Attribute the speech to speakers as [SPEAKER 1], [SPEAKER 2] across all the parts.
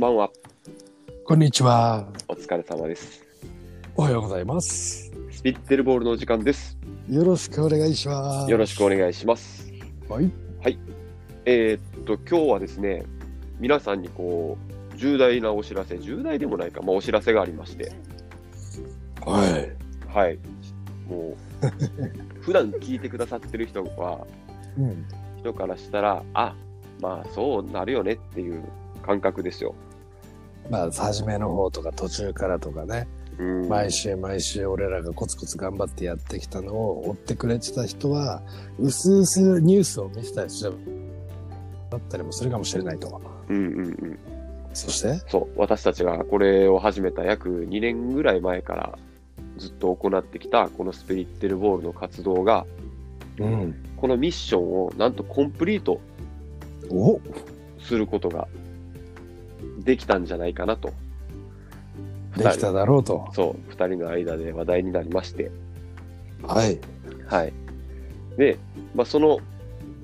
[SPEAKER 1] ばんは。
[SPEAKER 2] こんにちは。
[SPEAKER 1] お疲れ様です。
[SPEAKER 2] おはようございます。
[SPEAKER 1] スピッツェルボールのお時間です。
[SPEAKER 2] よろしくお願いします。
[SPEAKER 1] よろしくお願いします。
[SPEAKER 2] はい。
[SPEAKER 1] えーっと、今日はですね、皆さんにこう、重大なお知らせ、重大でもないか、まあ、お知らせがありまして、
[SPEAKER 2] はい。
[SPEAKER 1] はい。も う、普段聞いてくださってる人は、
[SPEAKER 2] うん。
[SPEAKER 1] 人からしたら、あ、まあそうなるよねっていう感覚ですよ。
[SPEAKER 2] まあ、初めの方とか途中からとかね、
[SPEAKER 1] うん
[SPEAKER 2] 毎週毎週俺らがコツコツ頑張ってやってきたのを追ってくれてた人は、うすうすニュースを見てた人だったりもするかもしれないと。
[SPEAKER 1] うんうんうん。
[SPEAKER 2] そして、
[SPEAKER 1] そう、私たちがこれを始めた約2年ぐらい前からずっと行ってきたこのスピリッテルボールの活動が、
[SPEAKER 2] うん。
[SPEAKER 1] このミッションをなんとコンプリート
[SPEAKER 2] お
[SPEAKER 1] することができたんじゃないかなと。
[SPEAKER 2] できただろうと。
[SPEAKER 1] そう、2人の間で話題になりまして。
[SPEAKER 2] はい。
[SPEAKER 1] はい。で、まあ、その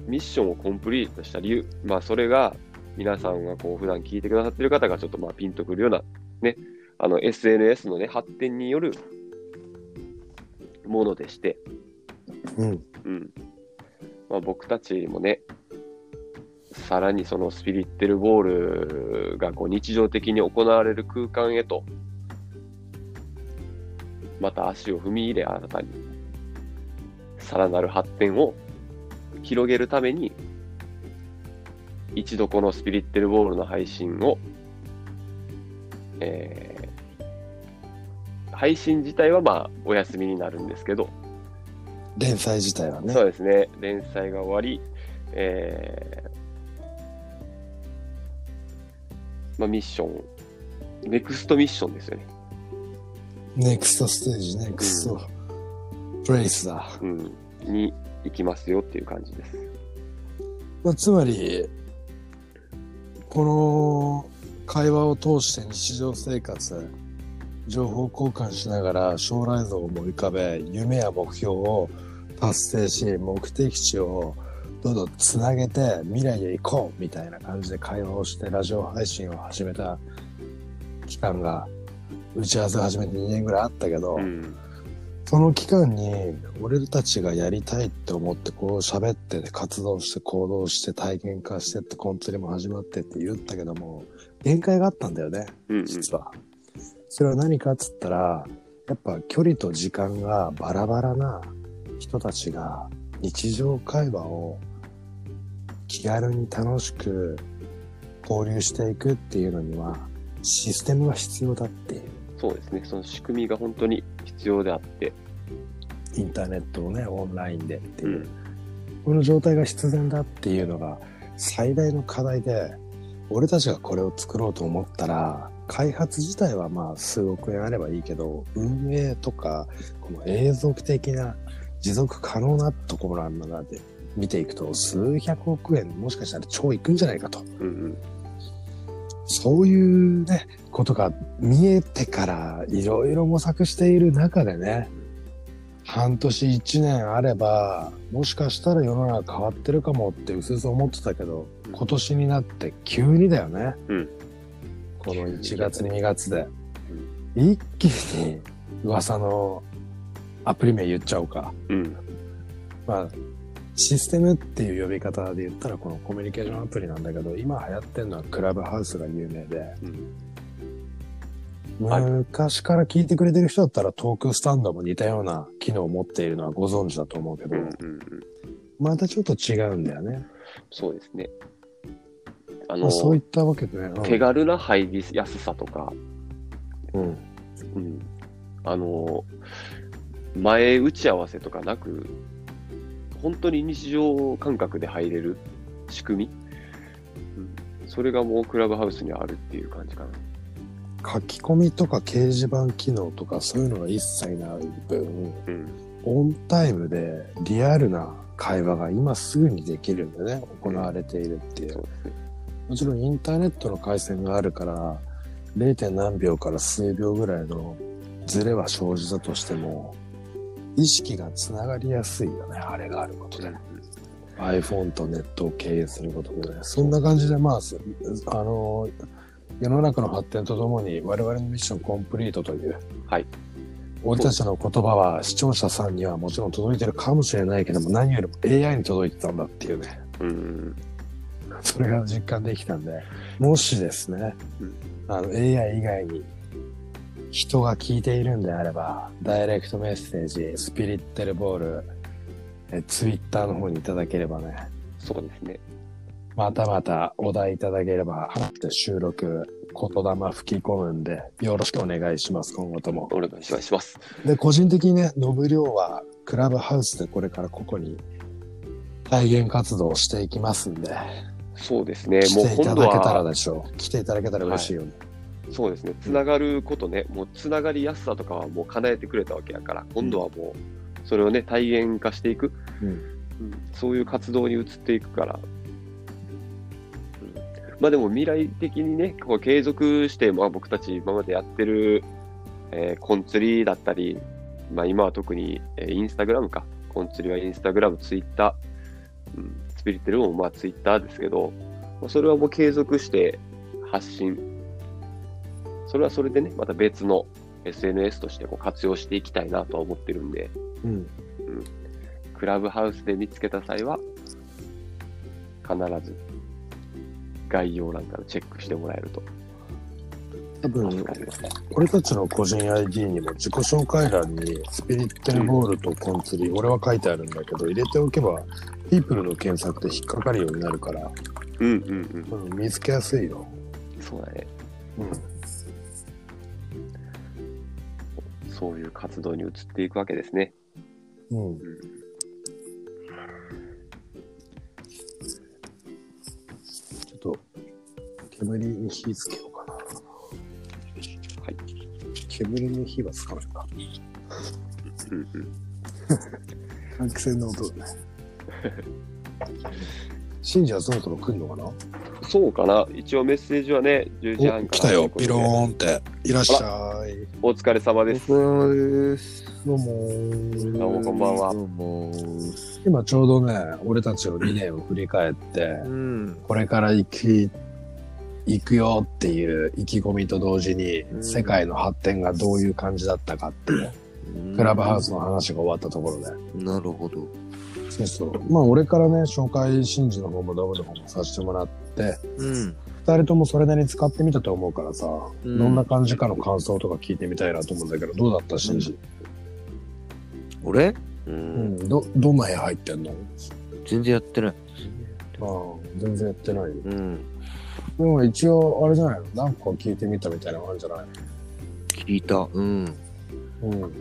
[SPEAKER 1] ミッションをコンプリートした理由、まあ、それが皆さんがこう普段聞いてくださってる方がちょっとまあピンとくるような、ね、あの SNS の、ね、発展によるものでして、
[SPEAKER 2] うん。
[SPEAKER 1] うんまあ、僕たちもね、さらにそのスピリッテルボールがこう日常的に行われる空間へと、また足を踏み入れ、新たに、さらなる発展を広げるために、一度このスピリッテルボールの配信を、えー配信自体はまあお休みになるんですけど、
[SPEAKER 2] 連載自体はね
[SPEAKER 1] そ。うですね、連載が終わり、えーまあ、ミッション、ネクストミッションですよね。
[SPEAKER 2] ネクストステージ、ネクストプレイスだ。
[SPEAKER 1] うん、に行きますよっていう感じです。
[SPEAKER 2] まあ、つまりこの会話を通して日常生活情報交換しながら将来像を思い浮かべ夢や目標を達成し目的地をどんどんつなげて未来へ行こうみたいな感じで会話をしてラジオ配信を始めた期間が打ち合わせ始めて2年ぐらいあったけど、
[SPEAKER 1] うん、
[SPEAKER 2] その期間に俺たちがやりたいって思ってこう喋って活動して行動して体験化してってコンツリも始まってって言ったけども限界があったんだよね
[SPEAKER 1] うん、うん、
[SPEAKER 2] 実は。それは何かっつったらやっぱ距離と時間がバラバラな人たちが日常会話を気軽に楽しく交流していくっていうのにはシステムが必要だっていう。
[SPEAKER 1] そうですね、その仕組みが本当に必要であって、
[SPEAKER 2] インターネットをねオンラインでっていうう、
[SPEAKER 1] ん、
[SPEAKER 2] この状態が必然だっていうのが最大の課題で俺たちがこれを作ろうと思ったら開発自体はまあ数億円あればいいけど運営とかこの永続的な持続可能なところなんだなって見ていくと数百億円もしかしたら超いくんじゃないかと
[SPEAKER 1] うん、うん、
[SPEAKER 2] そういうねことが見えてからいろいろ模索している中でね半年一年あればもしかしたら世の中変わってるかもってうすうす思ってたけど
[SPEAKER 1] うん
[SPEAKER 2] 今年になって急にだよね、
[SPEAKER 1] うん
[SPEAKER 2] この1月2月で、一気に噂のアプリ名言っちゃおうか
[SPEAKER 1] うん、
[SPEAKER 2] まあシステムっていう呼び方で言ったらこのコミュニケーションアプリなんだけど今流行ってるのはクラブハウスが有名で、
[SPEAKER 1] はい
[SPEAKER 2] 昔から聞いてくれてる人だったらトークスタンドも似たような機能を持っているのはご存知だと思うけ
[SPEAKER 1] う
[SPEAKER 2] ど、
[SPEAKER 1] ん、うん、
[SPEAKER 2] またちょっと違うんだよね。
[SPEAKER 1] そうですね。あ
[SPEAKER 2] ま
[SPEAKER 1] の
[SPEAKER 2] あ、、そういったわけでね。うん
[SPEAKER 1] 手軽な入りやすさとか、
[SPEAKER 2] うん。
[SPEAKER 1] うん、あの前打ち合わせとかなく本当に日常感覚で入れる仕組み、うん、それがもうクラブハウスにあるっていう感じかな
[SPEAKER 2] 書き込みとか掲示板機能とかそういうのが一切ない分、
[SPEAKER 1] うん
[SPEAKER 2] オンタイムでリアルな会話が今すぐにできるんでね、行われているってい
[SPEAKER 1] そうう。ですね
[SPEAKER 2] もちろんインターネットの回線があるから、0. 点何秒から数秒ぐらいのズレは生じたとしても、意識がつながりやすいよね、あれがあることで。iPhone とネットを経営することで、そんな感じで、まあ、すあの、世の中の発展とともに我々のミッションコンプリートという、
[SPEAKER 1] はい。
[SPEAKER 2] 俺たちの言葉は視聴者さんにはもちろん届いてるかもしれないけども、何よりも AI に届いてたんだっていうね、
[SPEAKER 1] うん。
[SPEAKER 2] それが実感できたんで、もしですね
[SPEAKER 1] うん、
[SPEAKER 2] あの AI 以外に人が聞いているんであれば、ダイレクトメッセージ、スピリッテルボール、え Twitter の方にいただければね、
[SPEAKER 1] そうですね。
[SPEAKER 2] またまたお題いただければ、払って収録、言霊吹き込むんで、よろしくお願いします、今後とも。
[SPEAKER 1] お願いします。
[SPEAKER 2] で、個人的にね、ノブリョウは、クラブハウスでこれからここに、体現活動をしていきますんで、
[SPEAKER 1] そうですね。
[SPEAKER 2] 来
[SPEAKER 1] もう
[SPEAKER 2] ていた
[SPEAKER 1] 今度
[SPEAKER 2] だけたら
[SPEAKER 1] は、
[SPEAKER 2] でしょう。来ていただけたら嬉しいよね。
[SPEAKER 1] そうですね。つながることね、もうつながりやすさとかはもう叶えてくれたわけやから、今度はもう、それをね、体現化していく、
[SPEAKER 2] うん
[SPEAKER 1] うんそういう活動に移っていくから、うんまあでも未来的にね、こう継続して、まあ僕たち今までやってる、えーコンツリだったり、まあ今は特に、えーインスタグラムか。コンツリはインスタグラム、ツイッター、うん、スピリテルもまあツイッターですけど、まあそれはもう継続して発信。それはそれでね、また別の SNS としてこう活用していきたいなとは思ってるんで、
[SPEAKER 2] うん。
[SPEAKER 1] クラブハウスで見つけた際は、必ず概要欄からチェックしてもらえると
[SPEAKER 2] 多分
[SPEAKER 1] 助、かります。
[SPEAKER 2] 俺たちの個人 ID にも自己紹介欄に、スピリッテルボールとコンツリー、俺は書いてあるんだけど、入れておけば、ピープルの検索で引っかかるようになるから、
[SPEAKER 1] うんうんうん。
[SPEAKER 2] うん、見つけやすいよ。
[SPEAKER 1] そうだね。
[SPEAKER 2] うん。
[SPEAKER 1] そういう活動に移っていくわけですね。。
[SPEAKER 2] うん、ちょっと、煙に火つけようかな。はい煙に火はつかないか。
[SPEAKER 1] うんうん。
[SPEAKER 2] 換気扇の音 だね。信者はそろそろ来るのかな
[SPEAKER 1] そうかな。一応メッセージはね、10時半から。
[SPEAKER 2] ーンって。いらっゃい。
[SPEAKER 1] お疲れ様です。
[SPEAKER 3] お疲れ様です。
[SPEAKER 2] どうもー
[SPEAKER 1] どうもこんばんは
[SPEAKER 3] どうも。
[SPEAKER 2] 今ちょうどね、俺たちの2年を振り返って、
[SPEAKER 3] うん。
[SPEAKER 2] これから行き、行くよっていう意気込みと同時に、
[SPEAKER 3] うん
[SPEAKER 2] 世界の発展がどういう感じだったかっていう、クラブハウスの話が終わったところで。
[SPEAKER 3] なるほど。
[SPEAKER 2] そうそう。まあ、俺からね、紹介真珠の方もダブの方もさせてもらって、
[SPEAKER 3] うん。
[SPEAKER 2] 二人ともそれなりに使ってみたと思うからさ、
[SPEAKER 3] うん
[SPEAKER 2] どんな感じかの感想とか聞いてみたいなと思うんだけど、どうだった真珠、
[SPEAKER 3] 俺う。
[SPEAKER 2] うんん、ど、どんな部屋入ってんの
[SPEAKER 3] 全然やってない。
[SPEAKER 2] ああ、全然やってないよ。
[SPEAKER 3] うん。
[SPEAKER 2] でも一応、あれじゃないの何個か聞いてみたみたいなのあるんじゃない
[SPEAKER 3] 聞いた。うん。
[SPEAKER 2] うん。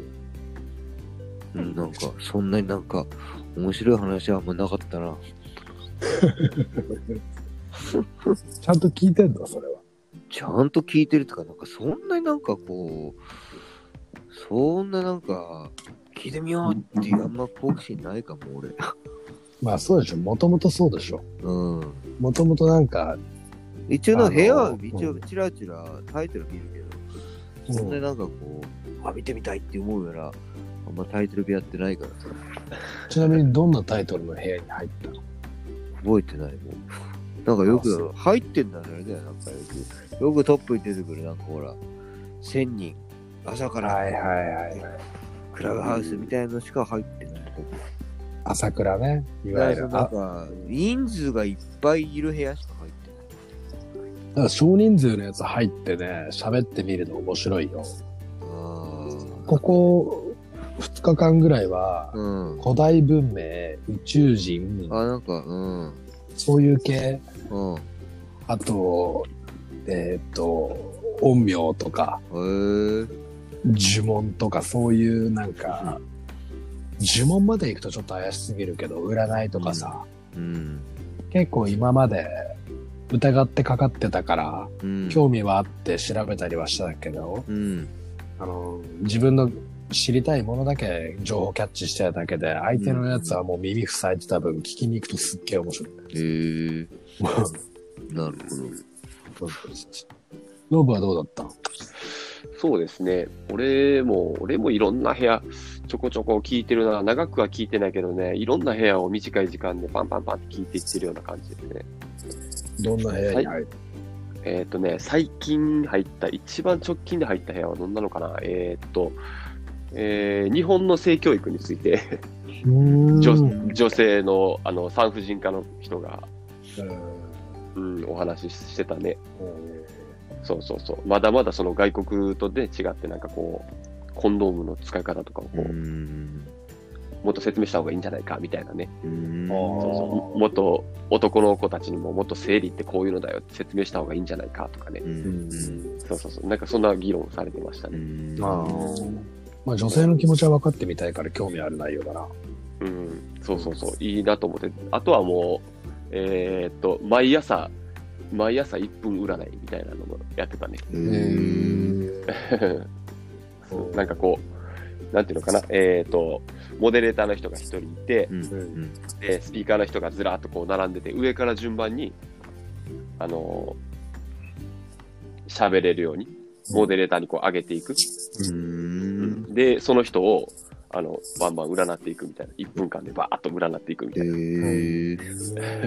[SPEAKER 3] うん、なんか、そんなになんか、面白い話はあんまなかったな。
[SPEAKER 2] ちゃんと聞いてんだ、それは。
[SPEAKER 3] ちゃんと聞いてるとか、なんか、そんなになんかこう、そんななんか、聞いてみようっていう、あんま好奇心ないかも、俺。
[SPEAKER 2] まあそうでしょ。もともとそうでしょ。
[SPEAKER 3] うん。
[SPEAKER 2] もともとなんか、
[SPEAKER 3] 一応な
[SPEAKER 2] あの
[SPEAKER 3] んか部屋は
[SPEAKER 2] うん
[SPEAKER 3] 一応チラチラタイトル見るけ
[SPEAKER 2] うん
[SPEAKER 3] ど、そんななんかこう、あ、見てみたいって思うような、あんまタイトル部屋ってないからさ、
[SPEAKER 2] ちなみにどんなタイトルの部屋に入ったの
[SPEAKER 3] 覚えてないもん。なんかよ
[SPEAKER 2] あそう
[SPEAKER 3] く入ってんだね、あれだよ、なんかよく。よくトップに出てくる、なんかほら、千人、朝から
[SPEAKER 2] はいはい。
[SPEAKER 3] クラブハウスみたいなのしか入ってない。
[SPEAKER 2] 朝倉ね。い
[SPEAKER 3] だか
[SPEAKER 2] わ
[SPEAKER 3] ら
[SPEAKER 2] ゆ
[SPEAKER 3] そ
[SPEAKER 2] る
[SPEAKER 3] の。
[SPEAKER 2] あ
[SPEAKER 3] なんか、人数がいっぱいいる部屋しか入ってない。
[SPEAKER 2] だから少人数のやつ入ってね、喋ってみるの面白いよ。
[SPEAKER 3] あ
[SPEAKER 2] ここ2日間ぐらいは
[SPEAKER 3] あ。、うん。
[SPEAKER 2] 古代文明、宇宙人、
[SPEAKER 3] あ、なんか、うん。
[SPEAKER 2] そういう系、
[SPEAKER 3] うん。へ
[SPEAKER 2] あと、えーっと、陰陽とか、
[SPEAKER 3] えー。
[SPEAKER 2] 呪文とかそういうなんか、呪文まで行くとちょっと怪しすぎるけど、占いとかさ、
[SPEAKER 3] うん。
[SPEAKER 2] 結構今まで疑ってかかってたから、
[SPEAKER 3] うん。
[SPEAKER 2] 興味はあって調べたりはしたけど、
[SPEAKER 3] うん。
[SPEAKER 2] あの、自分の知りたいものだけ情報キャッチしてただけで、相手のやつはもう耳塞いでた分聞きに行くとすっげえ面白い。
[SPEAKER 3] へえ ー。なるほど。
[SPEAKER 2] ノブはどうだった
[SPEAKER 1] そうですね。俺も、俺もいろんな部屋、ちょこちょこ聞いてるな。長くは聞いてないけどね、いろんな部屋を短い時間でパンパンパンって聞いていってるような感じですね。
[SPEAKER 2] どんな部屋に入る
[SPEAKER 1] えーっ、とね、最近入った、一番直近で入った部屋はどんなのかなえーっ、と、えー日本の性教育について、女女性のあの産婦人科の人が、うん、お話ししてたね。そうそうそう。まだまだその外国とで違って、なんかこう、コンドームの使い方とかをこう、
[SPEAKER 3] ん。
[SPEAKER 1] もっと説明した方がいいんじゃないかみたいなね。
[SPEAKER 3] うん。
[SPEAKER 2] あ
[SPEAKER 1] そうそ
[SPEAKER 2] ー
[SPEAKER 1] うもっと男の子たちにももっと生理ってこういうのだよって説明した方がいいんじゃないかとかね。
[SPEAKER 3] うん。
[SPEAKER 1] そうそうそう。なんかそんな議論されてました
[SPEAKER 3] う
[SPEAKER 1] ね。
[SPEAKER 3] ん。
[SPEAKER 2] まあ、まあ女性の気持ちは分かってみたいから興味ある内容だな。
[SPEAKER 1] うん。そうそうそう。いいなと思って。あとはもう、えーっと、毎朝、毎朝1分占いみたいなのもやってたね。
[SPEAKER 3] うん。
[SPEAKER 1] そうなんかこう、なんていうのかな。えーっと、モデレーターの人が1人いて、
[SPEAKER 3] うん。
[SPEAKER 1] でスピーカーの人がずらっとこう並んでて、上から順番に、あのー喋れるように、モデレーターにこう上げていく。
[SPEAKER 3] うん。
[SPEAKER 1] で、その人を、あの、バンバン占っていくみたいな。1分間でバーッと占っていくみたい
[SPEAKER 3] ええ。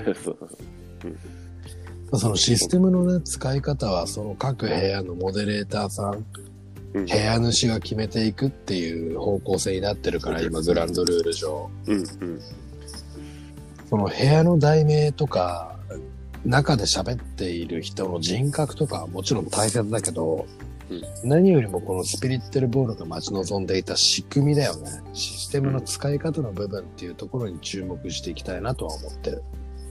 [SPEAKER 1] な。 そうそうそう
[SPEAKER 2] まあ そのシステムのね、使い方は、その各部屋のモデレーターさん、
[SPEAKER 1] うん
[SPEAKER 2] 部屋主が決めていくっていう方向性になってるから、今、グランドルール上。
[SPEAKER 1] うんうん。
[SPEAKER 2] その部屋の題名とか、中で喋っている人の人格とかはもちろん大切だけど、
[SPEAKER 1] うん
[SPEAKER 2] 何よりもこのスピリッテルボールが待ち望んでいた仕組みだよね。システムの使い方の部分っていうところに注目していきたいなとは思ってる。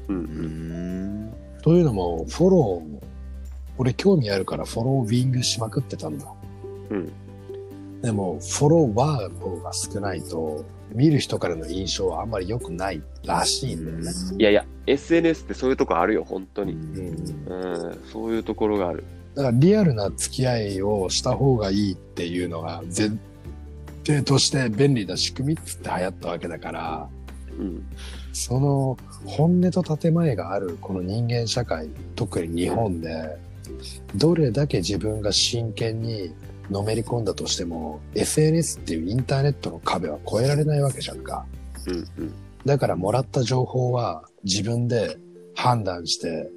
[SPEAKER 1] うんう。
[SPEAKER 3] うんん。
[SPEAKER 2] というのも、フォローも、俺興味あるからフォローウィングしまくってたんだ。
[SPEAKER 1] うん
[SPEAKER 2] でも、フォロワーの方が少ないと、見る人からの印象はあんまり良くないらしいんだよね。
[SPEAKER 1] いやいや、SNS ってそういうとこあるよ、本当に。
[SPEAKER 2] ん
[SPEAKER 1] うん、そういうところがある。
[SPEAKER 2] だからリアルな付き合いをした方がいいっていうのが前提として便利な仕組みっつって流行ったわけだから
[SPEAKER 1] うん。
[SPEAKER 2] その本音と建前があるこの人間社会特に日本でどれだけ自分が真剣にのめり込んだとしても SNS っていうインターネットの壁は越えられないわけじゃんか
[SPEAKER 1] うんうん。
[SPEAKER 2] だからもらった情報は自分で判断して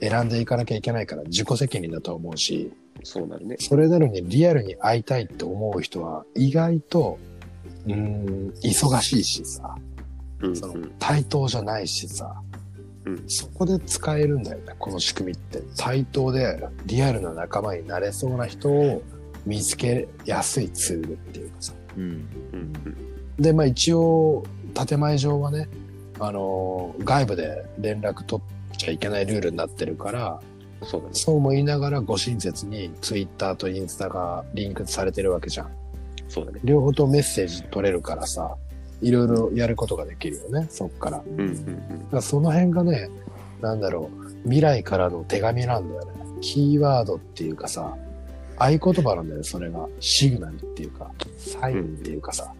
[SPEAKER 2] 選んでいかなきゃいけないから自己責任だと思うし
[SPEAKER 1] そうなるね。
[SPEAKER 2] それなのにリアルに会いたいって思う人は意外と、うーん、忙しいしさ、
[SPEAKER 1] うんう
[SPEAKER 2] その
[SPEAKER 1] ん。
[SPEAKER 2] 対等じゃないしさ、
[SPEAKER 1] うん
[SPEAKER 2] そこで使えるんだよね、この仕組みって。対等でリアルな仲間になれそうな人を見つけやすいツールっていうかさ。
[SPEAKER 3] うん。
[SPEAKER 1] うんうん。
[SPEAKER 2] で、まあ一応、建前上はね、あのー外部で連絡取っちゃいけないルールになってるから、
[SPEAKER 1] そうだね。
[SPEAKER 2] そうも言いながらご親切に Twitter とインスタがリンクされてるわけじゃん。
[SPEAKER 1] そうだね。
[SPEAKER 2] 両方とメッセージ取れるからさ、いろいろやることができるよね、そっから。だか
[SPEAKER 1] うんうん
[SPEAKER 2] らその辺がね、なんだろう、未来からの手紙なんだよね。キーワードっていうかさ、合言葉なんだよ、それが。シグナルっていうか、サインっていうかさ。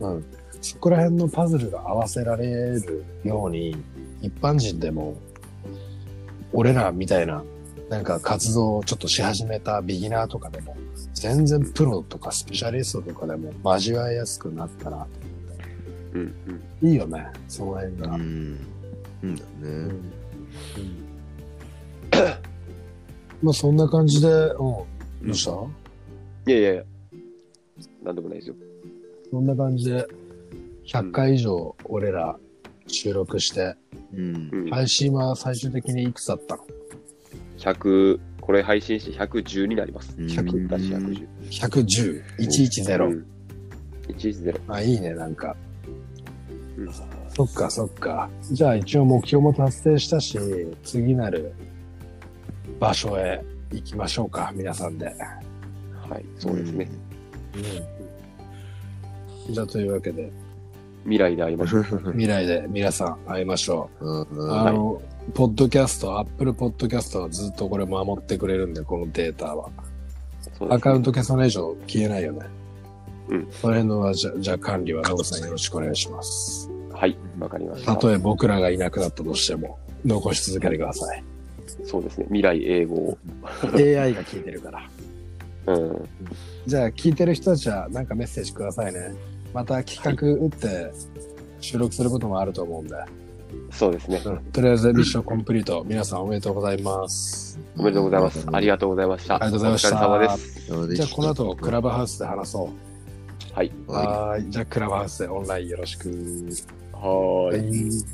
[SPEAKER 2] うん。そこら辺のパズルが合わせられるように、一般人でも、俺らみたいな、なんか活動をちょっとし始めたビギナーとかでも、全然プロとかスペシャリストとかでも交わりやすくなったら、
[SPEAKER 1] うん。うんうん。
[SPEAKER 2] いいよね、その辺が。
[SPEAKER 3] うん。だ
[SPEAKER 2] う
[SPEAKER 3] ね。
[SPEAKER 2] んまあそんな感じで、うん、どうした、
[SPEAKER 1] いやいやいや。なんでもないですよ。
[SPEAKER 2] そんな感じで、100回以上俺ら収録して、
[SPEAKER 3] うん
[SPEAKER 1] う。ん。
[SPEAKER 2] 配信は最終的にいくつだったの
[SPEAKER 1] 100、これ配信して110になります。100だし110。
[SPEAKER 2] ?110、110、
[SPEAKER 1] うん。110。
[SPEAKER 2] あ、いいね、なんか。
[SPEAKER 1] うん
[SPEAKER 2] そっか、そっか。じゃあ一応目標も達成したし、次なる場所へ行きましょうか、皆さんで。
[SPEAKER 1] はい、そうですね。。
[SPEAKER 2] うん。じゃあというわけで、
[SPEAKER 1] 未来で会いましょう。
[SPEAKER 2] 未来で皆さん会いましょう。
[SPEAKER 3] は
[SPEAKER 2] あの、ポッドキャスト、アップルポッドキャストはずっとこれ守ってくれるんで、このデータは。
[SPEAKER 1] そうです
[SPEAKER 2] ア
[SPEAKER 1] ね
[SPEAKER 2] カウント消さない以上消えないよね。
[SPEAKER 1] うん。
[SPEAKER 2] その辺のは、じゃ、じゃあ管理は、ロブさんよろしくお願いします。
[SPEAKER 1] はい、わかりました
[SPEAKER 2] た。とえ僕らがいなくなったとしても、残し続けてくださ い。
[SPEAKER 1] そうですね。未来英語を。
[SPEAKER 2] AI が聞いてるから。
[SPEAKER 1] うん。
[SPEAKER 2] じゃあ、聞いてる人たちは、なんかメッセージくださいね。また企画打って収録することもあると思うんで、
[SPEAKER 1] そうですね。
[SPEAKER 2] とりあえずミッションコンプリート、皆さんおめでとうございます。
[SPEAKER 1] おめでとうございます。ありがとうございました。
[SPEAKER 2] ありがとうございました
[SPEAKER 1] お疲れ様です。
[SPEAKER 3] そうで
[SPEAKER 2] じ
[SPEAKER 3] す
[SPEAKER 2] ゃあこの後、クラブハウスで話そ
[SPEAKER 1] はい。
[SPEAKER 2] う。
[SPEAKER 3] は
[SPEAKER 2] はーい。じゃあクラブハウスでオンラインよろしく。
[SPEAKER 1] はーい。
[SPEAKER 2] い